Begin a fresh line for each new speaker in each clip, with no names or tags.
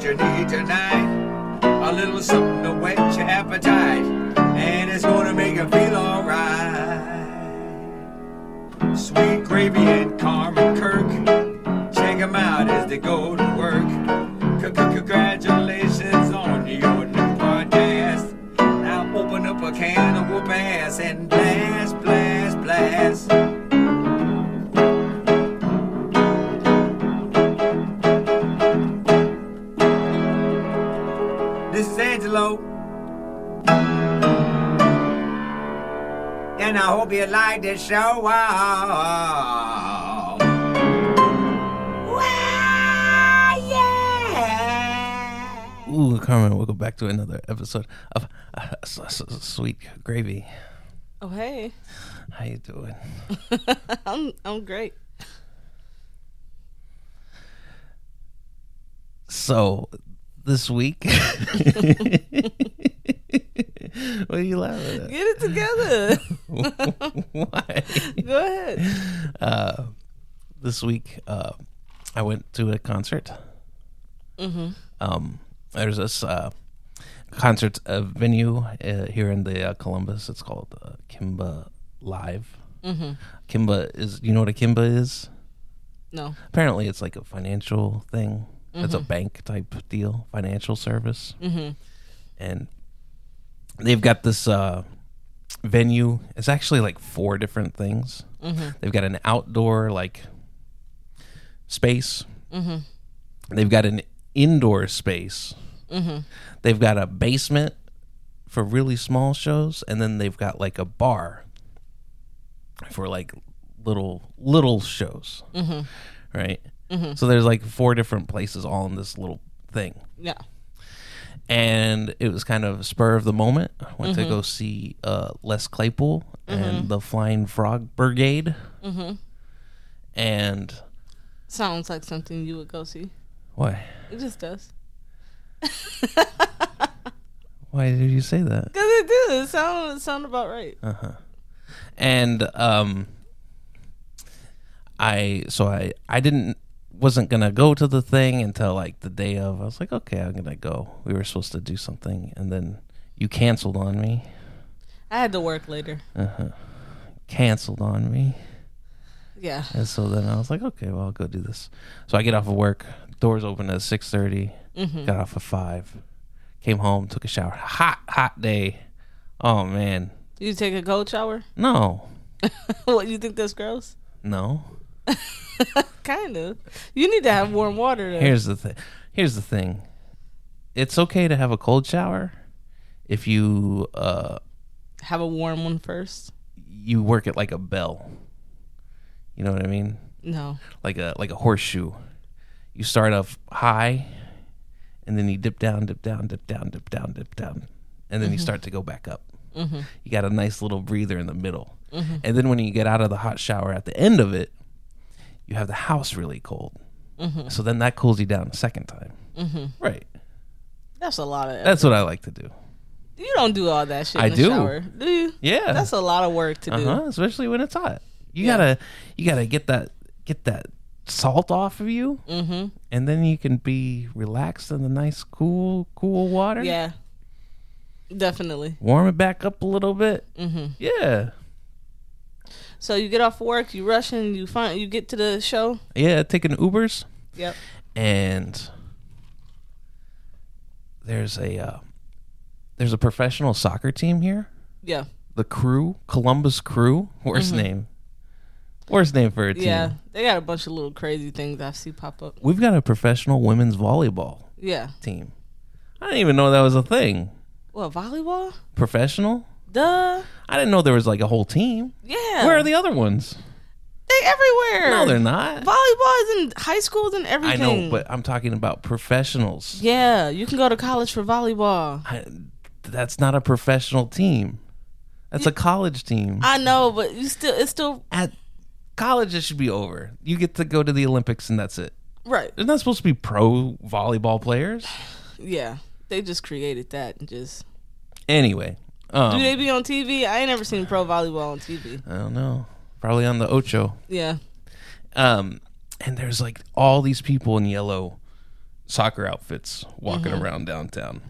you need tonight. A little something to whet your appetite, and it's gonna make you feel alright. Sweet gravy and Carmen Kirk, check 'em out as they go to work. Congratulations on your new podcast. Now open up a can of whoop ass and blast, blast, blast. This is Angelo. And I hope you like the show. Wow. Wow, yeah.
Ooh, Carmen, welcome back to another episode of uh, S- S- S- Sweet Gravy.
Oh hey,
How you doing?
I'm I'm great.
So, this week, what are you laughing at?
Get it together.
Why?
Go ahead.
Uh, this week, uh, I went to a concert. Mm-hmm. Um, there's this uh, concert uh, venue uh, here in the uh, Columbus. It's called uh, Kimba Live. Mm-hmm. Kimba is. You know what a Kimba is?
No.
apparently it's like a financial thing it's a bank type deal financial service mm-hmm. and they've got this uh, venue it's actually like four different things they've got an outdoor like space they've got an indoor space they've got a basement for really small shows and then they've got like a bar for like little little shows right? So there's like four different places all in this little thing.
Yeah.
And it was kind of spur of the moment. I went to go see uh, Les Claypool and the Flying Frog Brigade. And
Sounds like something you would go see.
why?
It just does.
Why did you say that?
Cause it does. It sound it sound about right.
Uh. and um i so i i didn't wasn't gonna go to the thing until like the day of i was like okay i'm gonna go we were supposed to do something and then you canceled on me
I had to work later.
canceled on me
Yeah.
and so then i was like okay well i'll go do this so i get off of work doors open at 6.30 got off at 5 came home took a shower hot hot day oh man
You take a cold shower?
no
what you think that's gross?
no
kind of. You need to have warm water. Then.
Here's the thing. Here's the thing. It's okay to have a cold shower if you uh
Have a warm one first.
you work it like a bell. You know what I mean?
No.
Like a like a horseshoe. You start off high and then you dip down, dip down, dip down, dip down, dip down. And
Mm-hmm.
then you start to go back up. You got a nice little breather in the middle.
Mm-hmm.
And then when you get out of the hot shower at the end of it, you have the house really cold.
Mm-hmm.
So then that cools you down the second time. Right.
That's a lot of.
That's what I like to do.
you don't do all that shit.
I
in the
do.
Shower, do you?
Yeah.
That's a lot of work to do.
uh-huh, especially when it's hot. You gotta you gotta get that get that salt off of you, mm-hmm. and then you can be relaxed in the nice cool cool water.
Yeah. Definitely.
warm it back up a little bit. Mm-hmm. Yeah,
So you get off work, you rush in, you find you get to the show.
yeah. Taking Ubers
Yep.
and there's a uh, there's a professional soccer team here.
Yeah.
The crew, Columbus Crew, worst name, worst name for a team.
Mm-hmm. Yeah. They got a bunch of little crazy things I see pop up.
We've got a professional women's volleyball.
Yeah.
team. I didn't even know that was a thing.
What, volleyball?
Professional?
Duh.
I didn't know there was like a whole team.
Yeah.
Where are the other ones?
they everywhere?
No, they're not.
volleyball is in high schools and
I
everything.
know, but I'm talking about professionals.
Yeah, you can go to college for volleyball.
I, that's not a professional team. That's a college team.
I know, but you still it's still
At college, it should be over. You get to go to the Olympics and that's it.
right.
They're not supposed to be pro volleyball players.
Yeah. They just created that and just
Anyway, um,
Do they be on TV? I ain't never seen pro volleyball on TV.
I don't know. Probably on the Ocho.
Yeah.
um, and there's like all these people in yellow soccer outfits walking around downtown.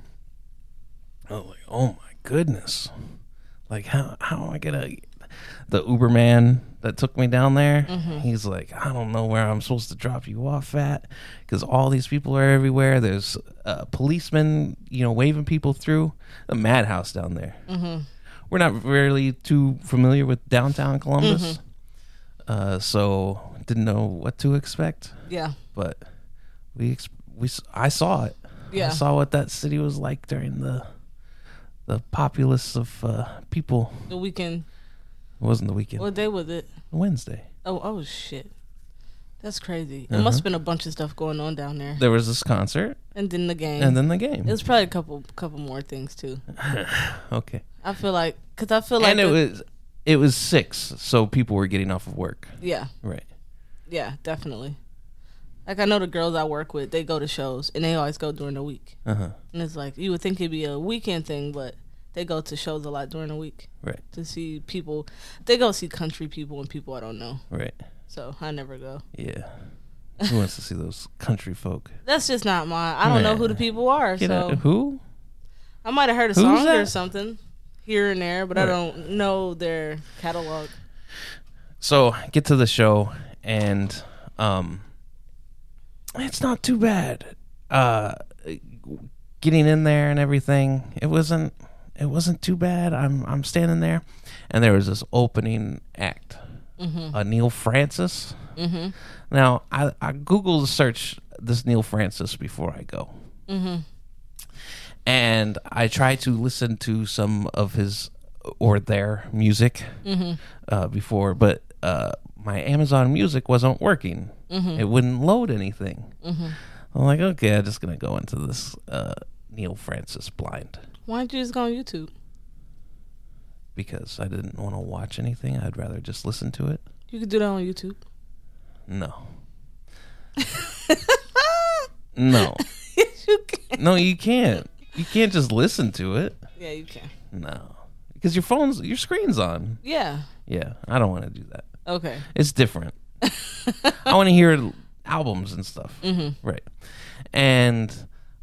I was like, oh my goodness. Like, how, how am I going to. The Uber man that took me down there, he's like, I don't know where I'm supposed to drop you off at because all these people are everywhere. There's uh, policemen, you know, waving people through. A madhouse down there. We're not really too familiar with downtown Columbus. Uh, so didn't know what to expect
Yeah.
but we ex- we s- I saw it.
Yeah.
I saw what that city was like during the the populace of uh, people.
The weekend.
It wasn't the weekend.
What day was it?
Wednesday.
Oh, oh shit. That's crazy.
Uh-huh.
It must have been a bunch of stuff going on down there.
There was this concert
And then the game.
and then the game.
it was probably a couple couple more things too.
okay.
I feel like cuz I feel like
and it
the-
was it was 6, so people were getting off of work.
yeah.
Right.
Yeah, definitely. Like I know the girls I work with, they go to shows and they always go during the week.
Uh-huh.
And it's like you would think it'd be a weekend thing, but they go to shows a lot during the week
Right.
to see people. They go see country people and people I don't know.
Right.
So I never go.
Yeah. Who wants to see those country folk?
That's just not my. I don't know who the people are.
Get
so
out. Who?
I might have heard a
Who's
song or
that?
something here and there, but I
Right.
don't know their catalog.
so get to the show and um it's not too bad uh getting in there and everything it wasn't it wasn't too bad i'm i'm standing there and there was this opening act uh, neil francis now i i googled search this neil francis before i go and I tried to listen to some of his or their music uh, before, but uh, my Amazon Music wasn't working. It wouldn't load anything. I'm like, okay, I'm just gonna go into this uh, Neil Francis blind
Why don't you just go on YouTube?
because I didn't want to watch anything. I'd rather just listen to it.
You could do that on YouTube.
No. no.
Yes, you can.
No, you can't. You can't just listen to it.
Yeah, you can.
No. Because your phone's your screen's on.
Yeah.
Yeah, I don't want to do that.
Okay.
It's different. I want to hear albums and stuff. Right. And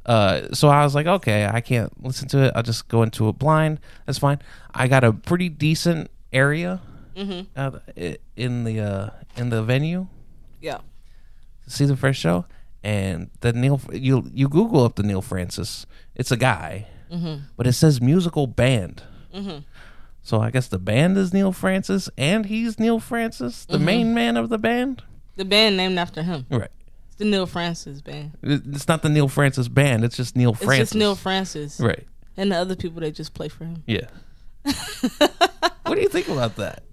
uh, so I was like, okay, I can't listen to it. I'll just go into it blind. That's fine. I got a pretty decent area uh, i- in the uh, in the venue
Yeah.
to see the first show. And the Neil, you you Google up the Neil Francis. It's a guy, but it says musical band. So I guess the band is Neil Francis, and he's Neil Francis, the main man of the band.
The band named after him.
Right.
It's the Neil Francis band.
It- It's not the Neil Francis band. It's just Neil
It's
Francis.
just Neil Francis
Right.
and the other people that just play for him.
Yeah. what do you think about that?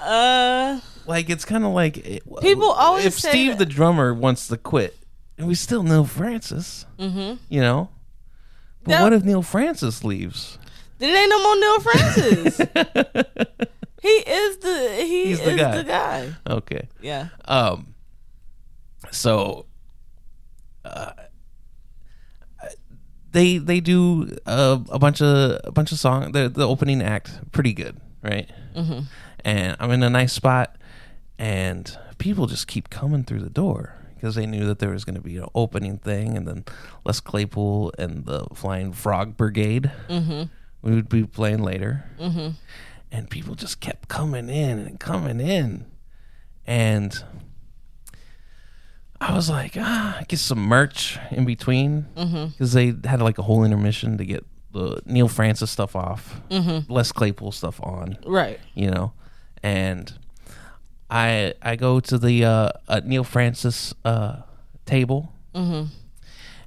Uh,
Like, it's kind of like it-
People always
if
say
Steve
that-
the drummer wants to quit, and we still Neil Francis. Mm-hmm. You know. But
No.
what if Neil Francis leaves?
then it ain't no more Neil Francis. he is the he
He's
is
the
the
guy.
guy.
Okay.
Yeah.
Um. So. Uh, they they do a, a bunch of a bunch of song the the opening act pretty good right mm-hmm. and I'm in a nice spot and people just keep coming through the door because they knew that there was going to be an opening thing and then Les Claypool and the Flying Frog Brigade we would be playing later mm-hmm. and people just kept coming in and coming in and I was like, ah, get some merch in between because they had like a whole intermission to get the Neil Francis stuff off, Les Claypool stuff on,
Right.
you know, and I I go to the uh, uh, Neil Francis uh, table,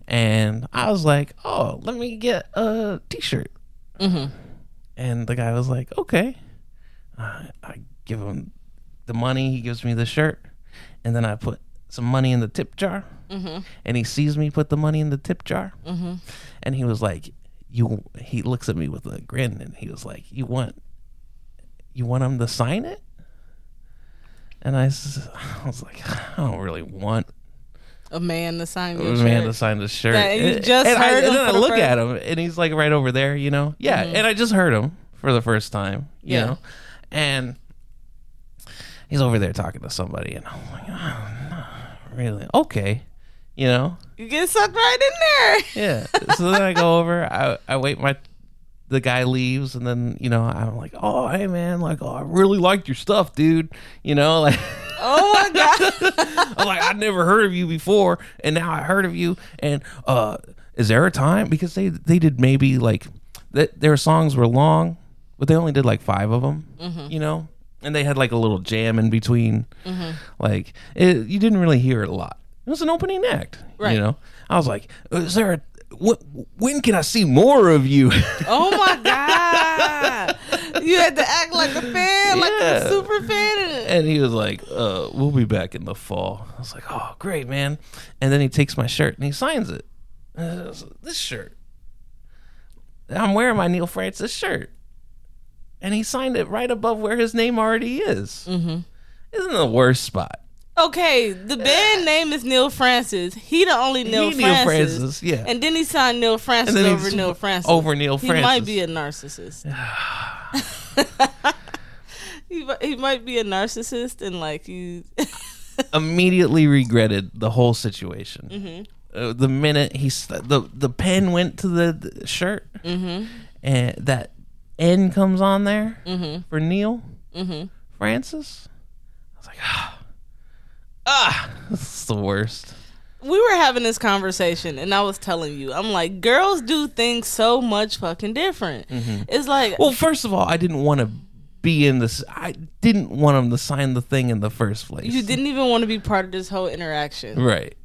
and I was like, oh, let me get a t-shirt, and the guy was like, okay, I, I give him the money, he gives me the shirt, and then I put some money in the tip jar, and he sees me put the money in the tip jar, and he was like. You, he looks at me with a grin, and he was like, "You want you want him to sign it? And I, s- I was like, I don't really want
A man to sign
a
your
man to
shirt.
sign the shirt.
That you
And-
just
and I,
heard
and
him
then I
for the
look
first-
at him, and he's like right over there, you know. Yeah, and I just heard him for the first time, you
Yeah.
know, and he's over there talking to somebody, and I'm like, oh, no, really, okay. You know?
You get sucked right in there.
Yeah. so then I go over, I, I wait my the guy leaves and then, you know, I'm like, Oh, hey man, like, oh I really liked your stuff, dude. You know, like
Oh my god.
I'm like, I never heard of you before, and now I heard of you. And uh, is there a time? Because they they did maybe like th- their songs were long, but they only did like five of them. You know, and they had like a little jam in between. Like it, you didn't really hear it a lot. It was an opening act.
Right.
You know, I was like, is there a wh- when can I see more of you?
Oh my god. You had to act like a fan, like
Yeah.
a super fan.
and he was like, uh, "We'll be back in the fall." I was like, "Oh, great, man!" And then he takes my shirt and he signs it. And I was like, this shirt. I'm wearing my Neil Francis shirt, and he signed it right above where his name already is. Mm-hmm. Isn't the worst spot?
Okay, the band name is Neil Francis. He the only Neil
He Neil
Francis.
Francis, yeah.
And then he signed Neil Francis
then he
over
sw-
Neil Francis.
over Neil
He
Francis.
might be a narcissist. he, mi- he might be a narcissist and like you.
Immediately regretted the whole situation. Uh, the minute he st- the the pen went to the, the shirt, and that N comes on there for Neil Francis. I was like, ah, ah, this is the worst.
we were having this conversation and I was telling you, I'm like, girls do things so much fucking different. It's like,
Well, first Mm-hmm. of all, I didn't want to be in this. I didn't want him to sign the thing in the first place.
you didn't even want to be part of this whole interaction.
right?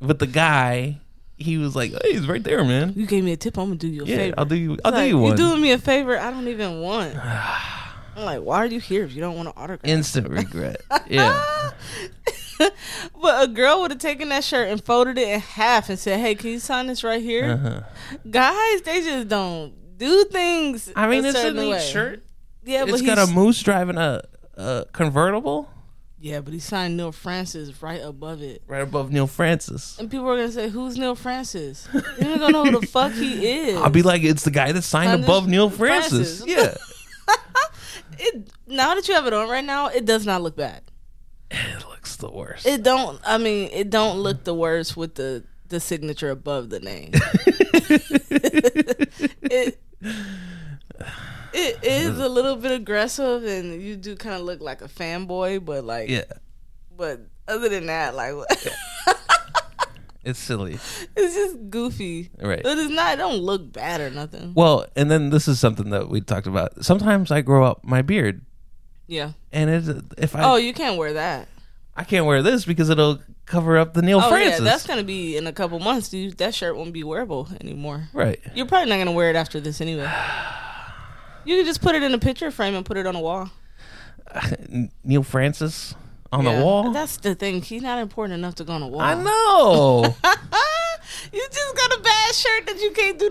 But the guy, he was like, hey, he's right there, man.
You gave me a tip. I'm gonna do you a
Yeah,
favor.
I'll do you. I'll
Like,
do you one.
You're doing me a favor. I don't even want. I'm like, why are you here if you don't want an autograph?
Instant regret. yeah.
but a girl would have taken that shirt and folded it in half and said, "Hey, can you sign this right here?"
Uh-huh.
Guys, they just don't do things.
I mean,
a
it's a
certain
neat
way.
shirt.
Yeah, but
It's
he
got a moose driving a, a convertible
yeah, but he signed Neil Francis right above it.
right above Neil Francis.
And people are gonna say, "Who's Neil Francis?" You're not gonna know who the fuck he is.
I'll be like, it's the guy that signed
Signed
above
this-
Neil Francis.
Francis.
Yeah.
It, now that you have it on right now, it does not look bad.
it looks the worst.
It don't. I mean, it don't look the worst with the the signature above the name. it it is a little bit aggressive, and you do kind of look like a fanboy. But like,
yeah.
but other than that, like,
It's silly.
it's just goofy.
Right.
But it's not. It don't look bad or nothing.
Well, and then this is something that we talked about. Sometimes I grow up my beard,
Yeah.
and it's, if I
Oh, you can't wear that.
I can't wear this because it'll cover up the Neil
Oh
Francis.
yeah, that's gonna be in a couple months. Dude, that shirt won't be wearable anymore.
right.
You're probably not gonna wear it after this anyway. You can just put it in a picture frame and put it on a wall.
N- Neil Francis on
Yeah.
the wall.
That's the thing. He's not important enough to go on a wall.
I know.
You just got a bad shirt that you can't do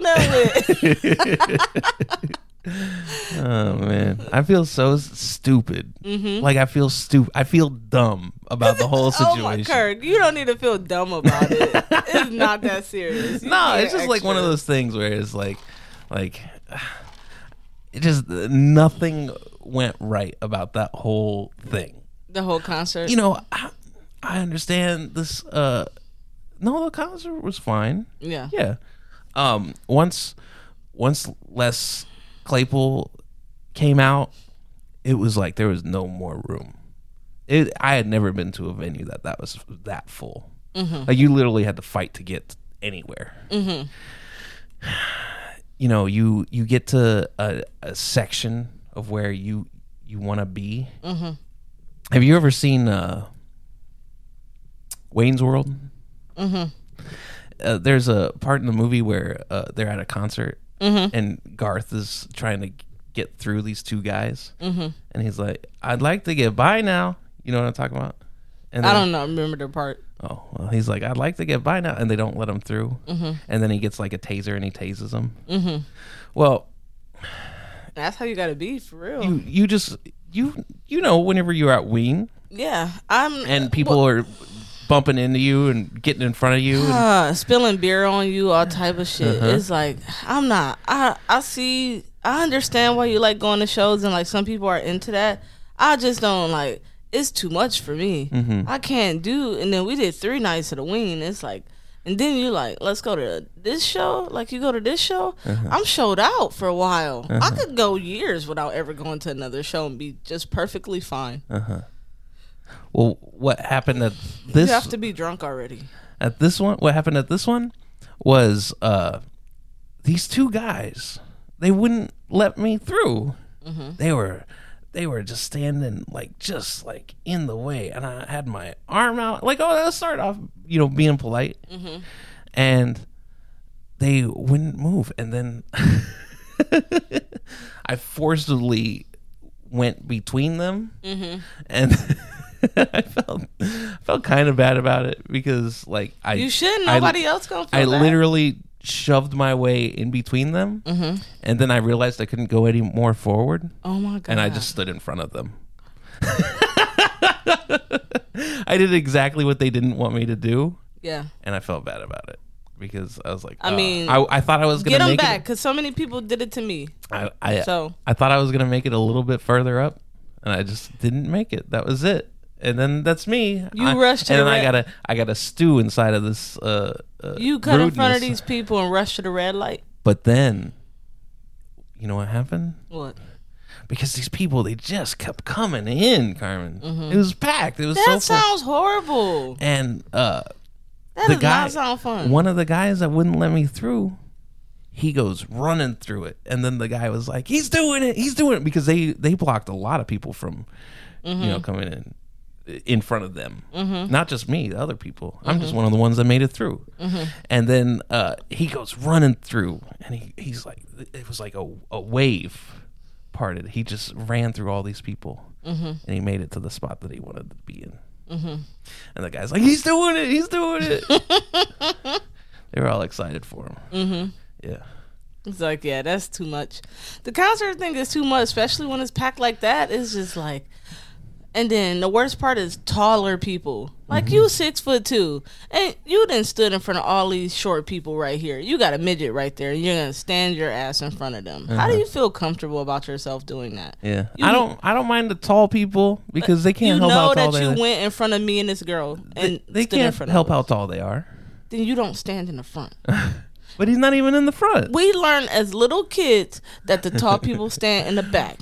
nothing with.
Oh man, I feel so s- stupid. Like I feel stupid. I feel dumb about the whole
Mm-hmm. oh
situation.
my Kirk, you don't need to feel dumb about it. it's not that serious. You
No,
being
it's just like one of
extra.
those things where it's like, like, it just nothing went right about that whole thing.
the whole concert.
You know, I, I understand this. uh No, the concert was fine.
yeah.
Yeah. Um, once once Les Claypool came out, it was like there was no more room. It I had never been to a venue that that was that full. Like you literally had to fight to get anywhere. You know, you you get to a, a section of where you you want to be. Have you ever seen uh, Wayne's World? uh, there's a part in the movie where uh, they're at a concert and Garth is trying to get through these two guys, mm-hmm. and he's like, "I'd like to get by now." You know what I'm talking about? And
I
then-
don't know. I remember the part.
Oh, well, he's like, "I'd like to get by now," and they don't let him through. Mm-hmm. And then he gets like a taser and he tases him. Mm-hmm. Well,
That's how you gotta be for real.
you you just you you know whenever you're at Ween
yeah, I'm.
and people are bumping into you and getting in front of you. and-
uh, spilling beer on you, all type of shit.
Uh-huh.
It's like I'm not. I I see. I understand why you like going to shows and like some people are into that. I just don't like. it's too much for me.
Mm-hmm.
I can't do. And then we did three nights at the wing. It's like, and then you like, let's go to this show. Like you go to this show.
Uh-huh.
I'm showed out for a while. I could go years without ever going to another show and be just perfectly fine.
Uh-huh. Well, what happened at this
You have to be drunk already.
at this one? What happened at this one was uh, these two guys. They wouldn't let me through.
Mm-hmm.
They were they were just standing like just like in the way, and I had my arm out like oh let's start off you know being polite,
Mm-hmm.
and they wouldn't move, and then I forcibly went between them,
Mm-hmm.
and I felt felt kind of bad about it because like I
You should.
I-
Nobody else gonna. Feel
I
bad.
literally shoved my way in between them,
Mm-hmm.
and then I realized I couldn't go any more forward,
Oh my god.
and I just stood in front of them. I did exactly what they didn't want me to do,
yeah.
and I felt bad about it because I was like,
I
"Oh."
mean,
I, I thought I was
Get
gonna
them
make
back,
it.
cause so many people did it to me.
I, I,
So
I thought I was gonna make it a little bit further up, and I just didn't make it. That was it. And then that's me.
You
I,
rushed
and
it
then I
right-
gotta, I gotta stew inside of this. Uh, uh,
you cut in front of
rudeness.
these people and rushed to the red light.
But then, you know what happened?
What?
Because these people, they just kept coming in, Carmen. It was packed. It was
That
so full.
sounds horrible.
And uh,
That
the
does
guy,
not sound fun.
one of the guys that wouldn't let me through, he goes running through it. And then the guy was like, he's doing it. He's doing it. Because they, they blocked a lot of people from, you know, coming in in front of them. Not just me, the other people. I'm just one of the ones that made it through. And then uh, he goes running through, and he, he's like, it was like a, a wave parted. He just ran through all these people, and he made it to the spot that he wanted to be in. And the guy's like, he's doing it, he's doing it. they were all excited for him. Mm-hmm. Yeah.
It's like, yeah, that's too much. The concert thing is too much, especially when it's packed like that. It's just like, and then the worst part is taller people. Like
Mm-hmm.
you, six foot two, and you then stood in front of all these short people right here. You got a midget right there, and you're gonna stand your ass in front of them. How
Uh-huh.
do you feel comfortable about yourself doing that?
Yeah,
You-
I don't. I don't mind the tall people because they
You
can't help
know
how tall
that
they
you
are.
went in front of me and this girl, and
they
stood in
can't
front
help
of us.
how tall they are.
Then you don't stand in the front.
But he's not even in the front.
we learn as little kids that the tall people stand in the back.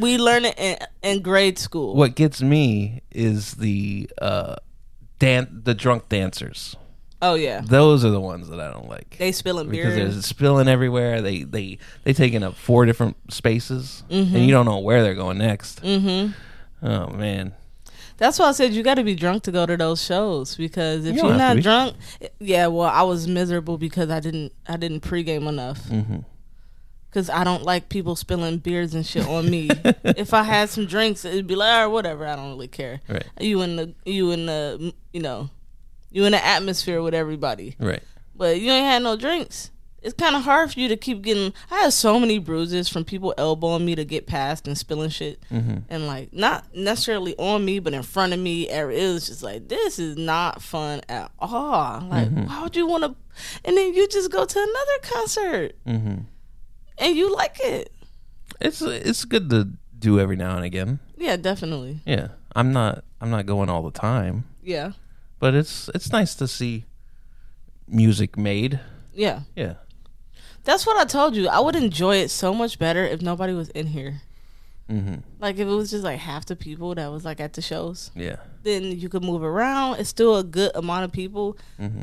We learn it in, in grade school.
what gets me is the uh dan- the drunk dancers
Oh yeah,
those are the ones that i don't like
they spilling
because
beer.
they're spilling everywhere they they they taking up four different spaces
Mm-hmm.
and you don't know where they're going next mm-hmm. oh man
That's why I said you got to be drunk to go to those shows because if
You
you
don't
are
have to
not
be.
drunk, yeah. Well, I was miserable because I didn't I didn't pregame enough.
Mm-hmm.
Cause I don't like people spilling beers and shit on me. if I had some drinks, it'd be like, all right, whatever. I don't really care.
Right.
You in the you in the you know, you in the atmosphere with everybody.
right
but you ain't had no drinks. It's kind of hard for you to keep getting. I had so many bruises from people elbowing me to get past and spilling shit, and like not necessarily on me, but in front of me. It was just like this is not fun at all. Like, why would you want to? And then you just go to another concert, and you like it.
it's it's good to do every now and again
Yeah, definitely.
yeah i'm not i'm not going all the time
Yeah,
but it's it's nice to see music made
yeah.
yeah
That's what I told you. I would enjoy it so much better if nobody was in here. Like if it was just like half the people that was like at the shows.
yeah
then you could move around. It's still a good amount of people,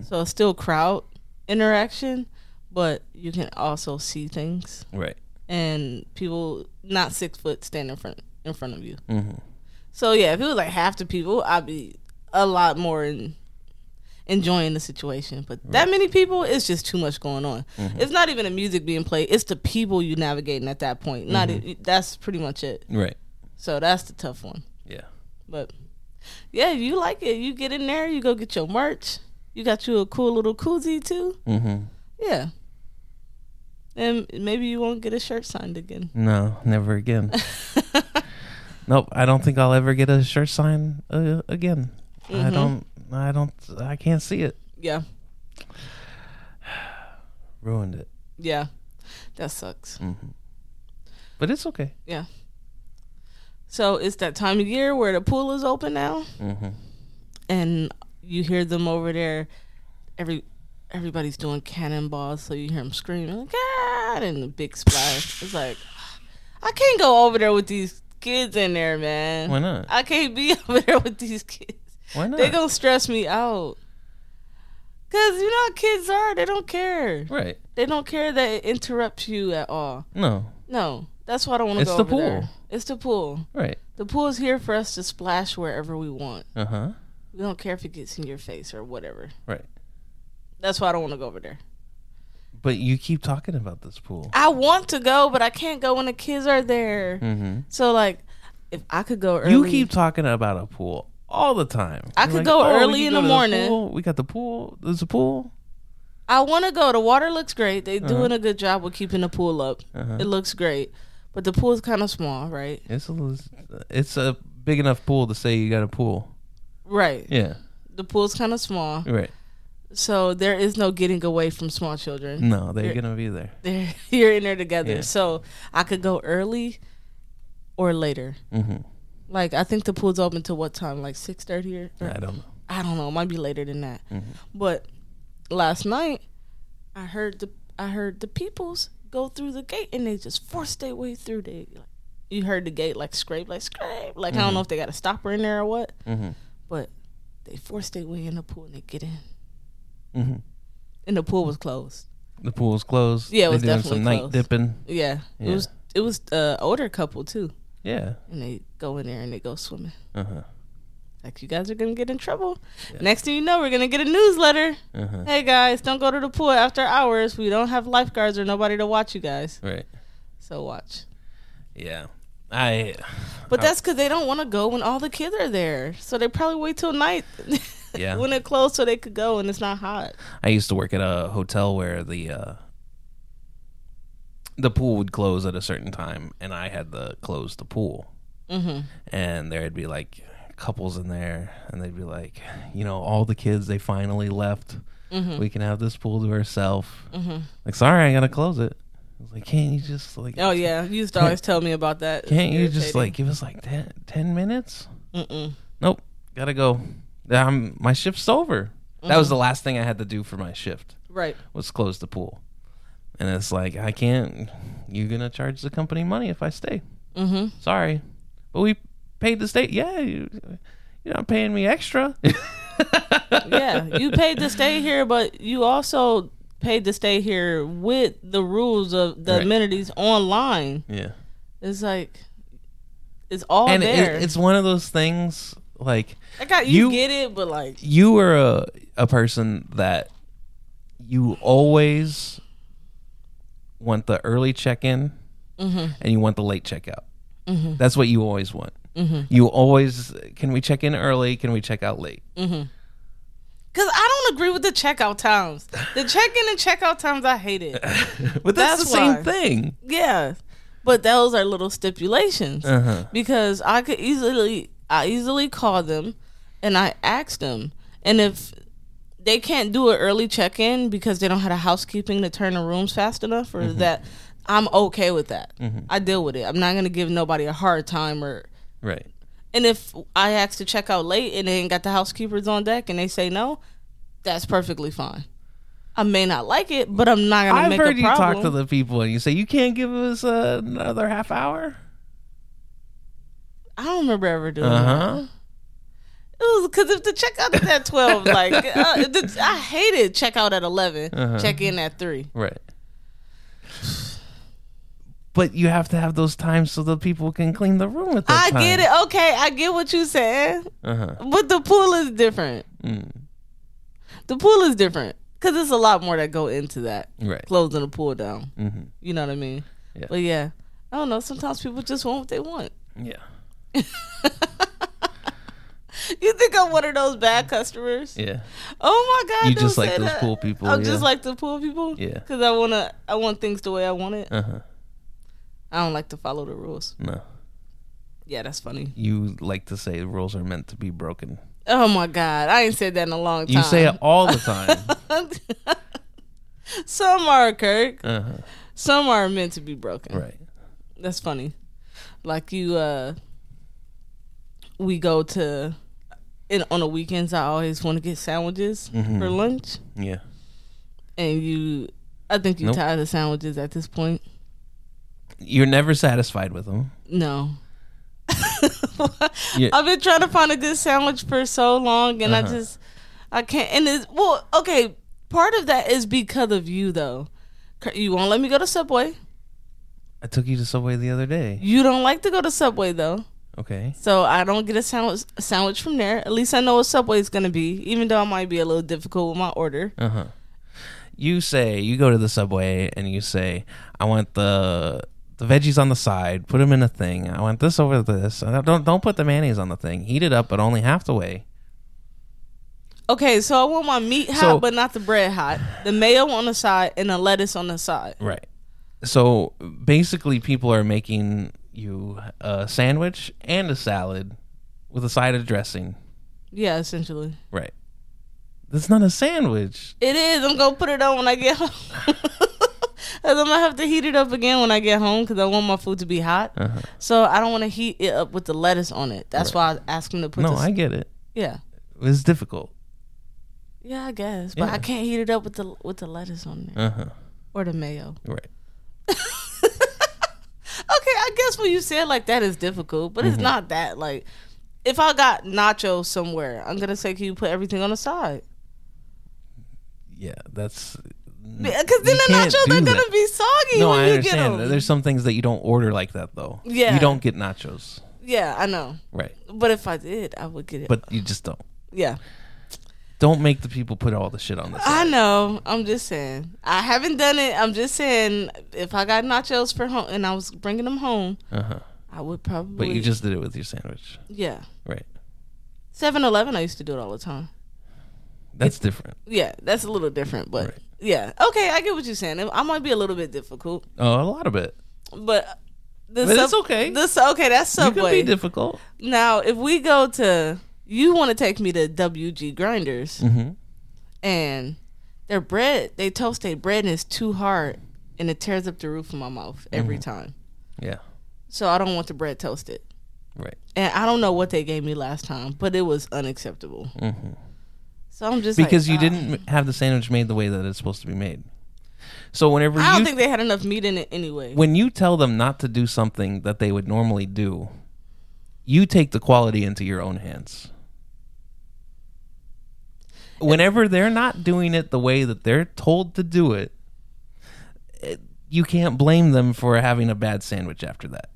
so it's still crowd interaction, but you can also see things
right
and people not six foot stand in front in front of you. So yeah, if it was like half the people, I'd be a lot more in, enjoying the situation. But that many people, it's just too much going on. It's not even the music being played; it's the people you navigating at that point. Not e- that's pretty much it.
right
So that's the tough one.
yeah
But yeah, you like it. You get in there, you go get your merch. You got you a cool little koozie too.
mm-hmm
Yeah. And maybe you won't get a shirt signed again.
No, never again. nope, I don't think I'll ever get a shirt sign uh, again. I don't. I don't. I can't see it.
Yeah.
Ruined it.
Yeah. That sucks.
But it's okay.
Yeah. So it's that time of year where the pool is open now,
Mm-hmm.
and you hear them over there. Every everybody's doing cannonballs, so you hear them screaming like "Ah!" and the big splash. It's like I can't go over there with these kids in there, man.
Why not?
I can't be over there with these kids.
Why not?
They gonna stress me out. Cause you know how kids are. They don't care.
right.
They don't care that it interrupts you at all.
No.
No, that's why I don't want to
It's
go
the
over there.
pool.
It's the pool.
Right.
The pool is here for us to splash wherever we want.
Uh huh.
We don't care if it gets in your face or whatever.
Right.
That's why I don't want to go over there.
But you keep talking about this pool.
I want to go, but I can't go when the kids are there.
Mm-hmm.
So like, if I could go early,
You keep talking about a pool all the time.
I
You're
could go
we
early
can
in
go
the
to
morning."
pool. We got the pool. There's a pool.
I want to go. The water looks great.
Uh-huh.
They're doing a good job with keeping the pool up. It looks great, but the pool's kind of small, right?
It's a little- it's a big enough pool to say you got a pool.
Right.
Yeah.
The pool's kind of small,
Right.
so there is no getting away from small children.
No, they're
You're-
gonna be there.
They're you're in there together,
Mm. Yeah.
so I could go early or later.
Mm-hmm.
Like I think the pool's open to what time? Like six thirty or or-
I don't know.
I don't know. It might be later than that. But last night, I heard the I heard the peoples go through the gate and they just forced their way through. They like, you heard the gate like scrape, like scrape. Like I don't know if they got a stopper in there or what,
Mhm.
but they forced their way in the pool and they get in.
Mhm.
And the pool was closed.
The pool's closed.
Yeah, it
they're
was
doing
definitely
some night
closed.
dipping.
Yeah, it
Yeah.
was it was uh, older couple too,
Yeah.
and they go in there and they go swimming.
Uh huh.
Like you guys are gonna get in trouble. Next thing you know, we're gonna get a newsletter.
Uh huh.
Hey guys, don't go to the pool after hours. We don't have lifeguards or nobody to watch you guys.
Right.
So watch.
Yeah. I.
But that's because they don't want to go when all the kids are there. So they probably wait till night
Yeah.
when it closed so they could go and it's not hot.
I used to work at a hotel where the uh, the pool would close at a certain time, and I had to close the pool. Mm-hmm. And there'd be like couples in there, and they'd be like, you know, all the kids they finally left.
Mm-hmm.
We can have this pool to ourselves. Like, sorry, I gotta close it. I was like, can't you just like,
Oh, yeah. You used to always tell me about that. It's
can't you just
irritating.
like give us like 10, 10 minutes?
Mm-mm.
Nope, gotta go. Um, my shift's over. That
Mm-hmm.
was the last thing I had to do for my shift
Right.
was close the pool. And it's like, I can't, you're going to charge the company money if I stay.
Mm-hmm.
Sorry. But we paid the state. Yeah, you, you're not paying me extra.
Yeah. you paid to stay here, but you also paid to stay here with the rules of the
Right.
amenities online.
yeah.
It's like, it's all
and it,
there.
it's one of those things like
I got you,
you-
get it, but like,
you are a, a person that you always want the early check in and you want the late check out. That's what you always want. You always can we check in early? Can we check out late?
Cause I don't agree with the checkout times. The check-in and checkout times, I hate it.
But that's,
That's
the
why.
same thing.
Yeah, but those are little stipulations
Uh-huh.
because I could easily, I easily call them, and I ask them, and if they can't do an early check-in because they don't have the housekeeping to turn the rooms fast enough, or
Mm-hmm.
that, I'm okay with that. I deal with it. I'm not gonna give nobody a hard time or.
Right.
And if I ask to check out late and they ain't got the housekeepers on deck and they say no, that's perfectly fine. I may not like it, but I'm not gonna
I've
make
heard
a
you
problem.
talk to the people and you say you can't give us uh, another half hour.
I don't remember ever doing
Uh
that.
huh.
It was because if the checkout is at twelve, like uh, if the, I hated checkout at 11
Uh-huh.
check in at three.
Right. But you have to have those times so the people can clean the room at that
I get it. Okay, I get what you saying,
Uh huh.
but the pool is different.
Mm.
The pool is different because there's a lot more that go into that
Right.
closing the pool down.
Mm-hmm.
You know what I mean?
Yeah.
But yeah, I don't know. Sometimes people just want what they want.
Yeah.
You think I'm one of those bad customers?
Yeah.
Oh my god!
You
don't
just like
say
those
that.
pool people,
I'm
yeah.
just like the pool people.
Yeah.
Because I wanna, I want things the way I want it.
Uh huh.
I don't like to follow the rules.
No.
Yeah, that's funny.
You like to say rules are meant to be broken.
Oh my god, I ain't said that in a long time.
You say it all the time.
Some are Kirk.
uh huh.
Some are meant to be broken.
Right.
That's funny. Like you, uh we go to, and on the weekends, I always want to get sandwiches
Mm-hmm.
for lunch.
Yeah.
And you, I think you
Nope.
tired of sandwiches at this point.
You're never satisfied with them.
No.
Yeah.
I've been trying to find a good sandwich for so long, and I
Uh-huh.
just I can't. And it's well, okay. Part of that is because of you, though. Cur- You won't let me go to Subway.
I took you to Subway the other day.
You don't like to go to Subway, though,
Okay.
so I don't get a sandwich a sandwich from there. At least I know what Subway's gonna be, even though I might be a little difficult with my order.
Uh huh. You say you go to the Subway and you say, "I want the the veggies on the side. Put them in a thing. I want this over this. I don't- don't don't put the mayonnaise on the thing. Heat it up, but only half the way."
Okay, so I want my meat hot,
So-
but not the bread hot. The mayo on the side and the lettuce on the side.
Right. So basically, people are making you a sandwich and a salad with a side of dressing.
Yeah, essentially.
Right. That's not a sandwich.
It is. I'm gonna put it on when I get home. And I'm gonna have to heat it up again when I get home because I want my food to be hot.
Uh-huh.
So I don't want to heat it up with the lettuce on it. That's why I was asking to put.
No,
this,
I get it.
yeah,
It was difficult.
yeah, I guess, but
Yeah.
I can't heat it up with the with the lettuce on there
Uh huh.
or the mayo.
Right.
Okay, I guess when you say it like that is difficult, but
Mm-hmm.
it's not that like. If I got nachos somewhere, I'm gonna say, can you put everything on the side?
Yeah, that's.
Because then the
can't
nachos
do
are gonna
that.
be soggy
No,
when
I
you get them.
understand. There's some things that you don't order like that, though.
Yeah.
You don't get nachos.
yeah, I know,
Right.
but if I did, I would get it.
But you just don't.
yeah.
Don't make the people put all the shit on this.
I know. I'm just saying. I haven't done it. I'm just saying. If I got nachos for home and I was bringing them home,
Uh huh.
I would probably.
But you just did it with your sandwich.
yeah.
Right.
7-Eleven, I used to do it all the time.
That's different.
Yeah, that's a little different, but
Right.
yeah. Okay, I get what you're saying. I might be a little bit difficult,
Oh, a lot of it.
but the
But it's okay.
This okay. That's
You could be
Subway.
difficult.
now, if we go to, you want to take me to WG Grinders,
Mm-hmm.
and their bread, they toast their bread, and it's too hard, and it tears up the roof of my mouth every
Mm-hmm.
time.
Yeah.
so I don't want the bread toasted.
Right.
And I don't know what they gave me last time, but it was unacceptable.
Mhm.
So I'm just like,
Because you
ah.
didn't m- have the sandwich made the way that it's supposed to be made. So whenever
I don't
you
think they had enough meat in it anyway.
when you tell them not to do something that they would normally do, you take the quality into your own hands. Whenever they're not doing it the way that they're told to do it, it- you can't blame them for having a bad sandwich after that.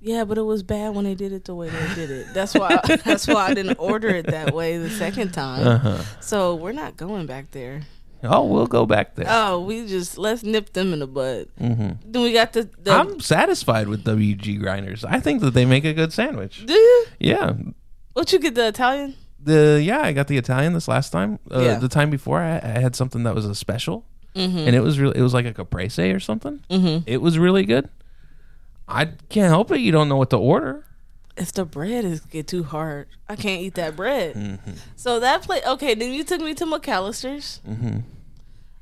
yeah, but it was bad when they did it the way they did it. That's why. that's why I didn't order it that way the second time.
Uh-huh.
So we're not going back there.
Oh, we'll go back there.
Oh, we just let's nip them in the bud.
hmm
Then we got the. the
I'm satisfied with WG Grinders. I think that they make a good sandwich.
do you?
Yeah,
What you get the Italian?
the yeah I got the Italian this last time. Uh,
Yeah. Mm-hmm.
The time before I, I had something that was a special, and it was real. It was like a caprese or something. Mm-hmm. It was really good. I can't help it. You don't know what to order.
It's the bread is get too hard. I can't eat that bread.
Mm-hmm.
So that plate. Okay, then you took me to McAllister's.
Mm-hmm.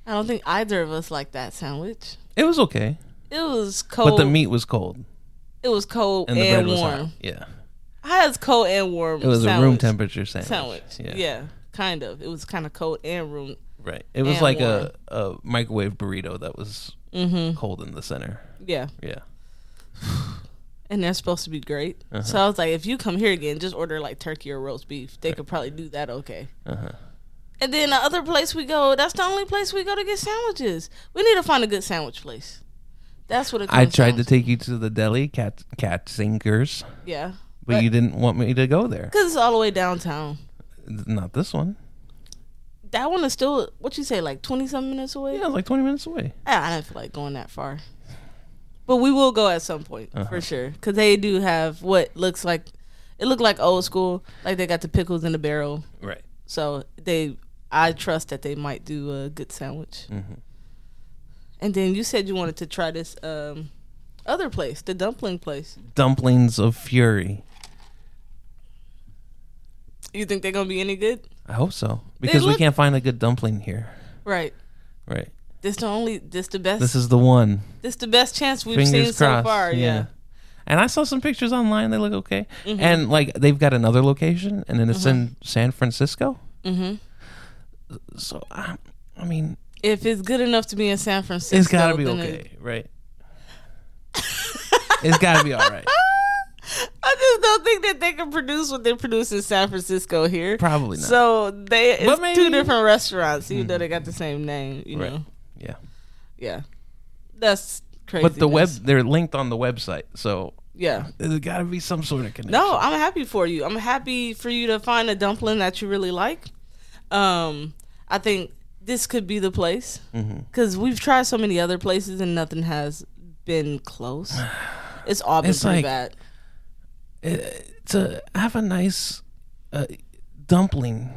I don't think either of us liked that sandwich.
It was okay,
It was
but
cold.
the meat was cold
It was cold
and
and,
the bread was
Oh. warm.
hot. Yeah,
I had this cold and warm.
it was
sandwich.
a room temperature sandwich.
sandwich. Yeah.
yeah,
kind of. It was kind of cold and room.
right. It was
And
like a, a microwave burrito that was
Mm-hmm.
cold in the center.
Yeah,
Yeah,
and they're supposed to be great.
Uh-huh.
So I was like, if you come here again, just order like turkey or roast beef. They could probably do that. Okay.
Uh-huh.
And then the other place we go, that's the only place we go to get sandwiches. We need to find a good sandwich place. That's what it comes
I tried to
down
take you to the deli, cat cat sinkers,
Yeah.
but, you didn't want me to go there.
Because it's all the way downtown.
Not this one.
That one is still, what you say, like 20 some minutes away?
Yeah, it was like twenty minutes away.
I I don't feel like going that far. But we will go at some point
Uh-huh.
for sure, because they do have what looks like it looked like old school, like they got the pickles in the barrel.
Right.
So they, I trust that they might do a good sandwich.
Mm-hmm.
And then you said you wanted to try this um, other place, the dumpling place.
Dumplings of Fury.
You think they're gonna be any good?
I hope so because
look-
we can't find a good dumpling here.
Right.
Right.
This the only, this the best,
This is the one.
this the best chance we've
Fingers
seen so
crossed.
far. Yeah. Mm-hmm.
And I saw some pictures online. They look okay. And like they've got another location, and then it's
Uh-huh.
in San Francisco. Mm-hmm. So I, I mean,
If it's good enough to be in San Francisco,
it's got to be
then
okay,
it-
right? it's got to be all right.
I just don't think that they can produce what they produce in San Francisco here.
Probably not.
So they it's
But maybe- Mm-hmm.
two different restaurants, even though they got the same name. You
Right.
know,
Yeah.
yeah, that's crazy.
But the web, they're linked on the website, so
yeah.
there's got to be some sort of connection.
No, I'm happy for you. I'm happy for you to find a dumpling that you really like. Um, I think this could be the place
Mm-hmm.
because we've tried so many other places and nothing has been close. It's all been
It's
pretty
like-
bad.
to have a nice uh, dumpling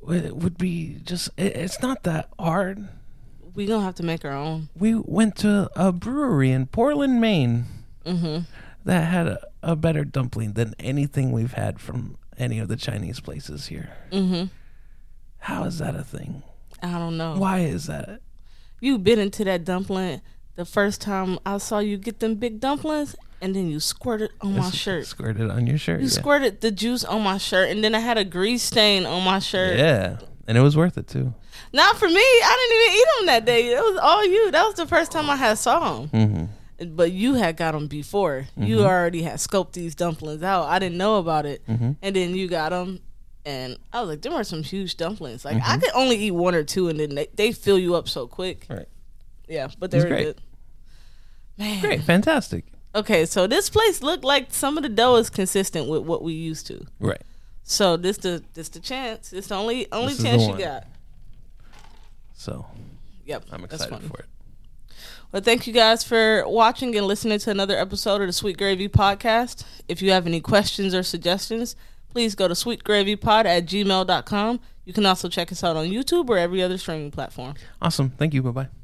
w- would be just it, it's not that hard
We gonna have to make our own.
we went to a brewery in portland maine
Mm-hmm.
that had a, a better dumpling than anything we've had from any of the chinese places here mm-hmm. is that a thing
I don't know.
why is that
You bit into that dumpling the first time I saw you get them big dumplings, and then you squirted on my shirt.
squirted on your shirt
you
yeah.
squirted the juice on my shirt, and then I had a grease stain on my shirt.
yeah and it was worth it too
Not for me. I didn't even eat them that day. It was all you. That was the first time I had saw them.
Mm-hmm.
But you had got them before. You already had scoped these dumplings out. I didn't know about it,
Mm-hmm.
and then you got them, and I was like, "There were some huge dumplings. Like I could only eat one or two, and then they, they fill you up so quick.
Mm-hmm. Right.
Yeah, but they
It's
were
great.
good. Man.
great fantastic
Okay, so this place looked like some of the dough is consistent with what we used to.
right
So this the this the chance. It's the only only
This is the
chance you
one.
got.
so
Yep.
i'm
that's
excited
funny.
for it
Well, thank you guys for watching and listening to another episode of the Sweet Gravy Podcast. If you have any questions or suggestions, please go to sweetgravypod at gmail.com. You can also check us out on YouTube or every other streaming platform.
awesome thank you bye-bye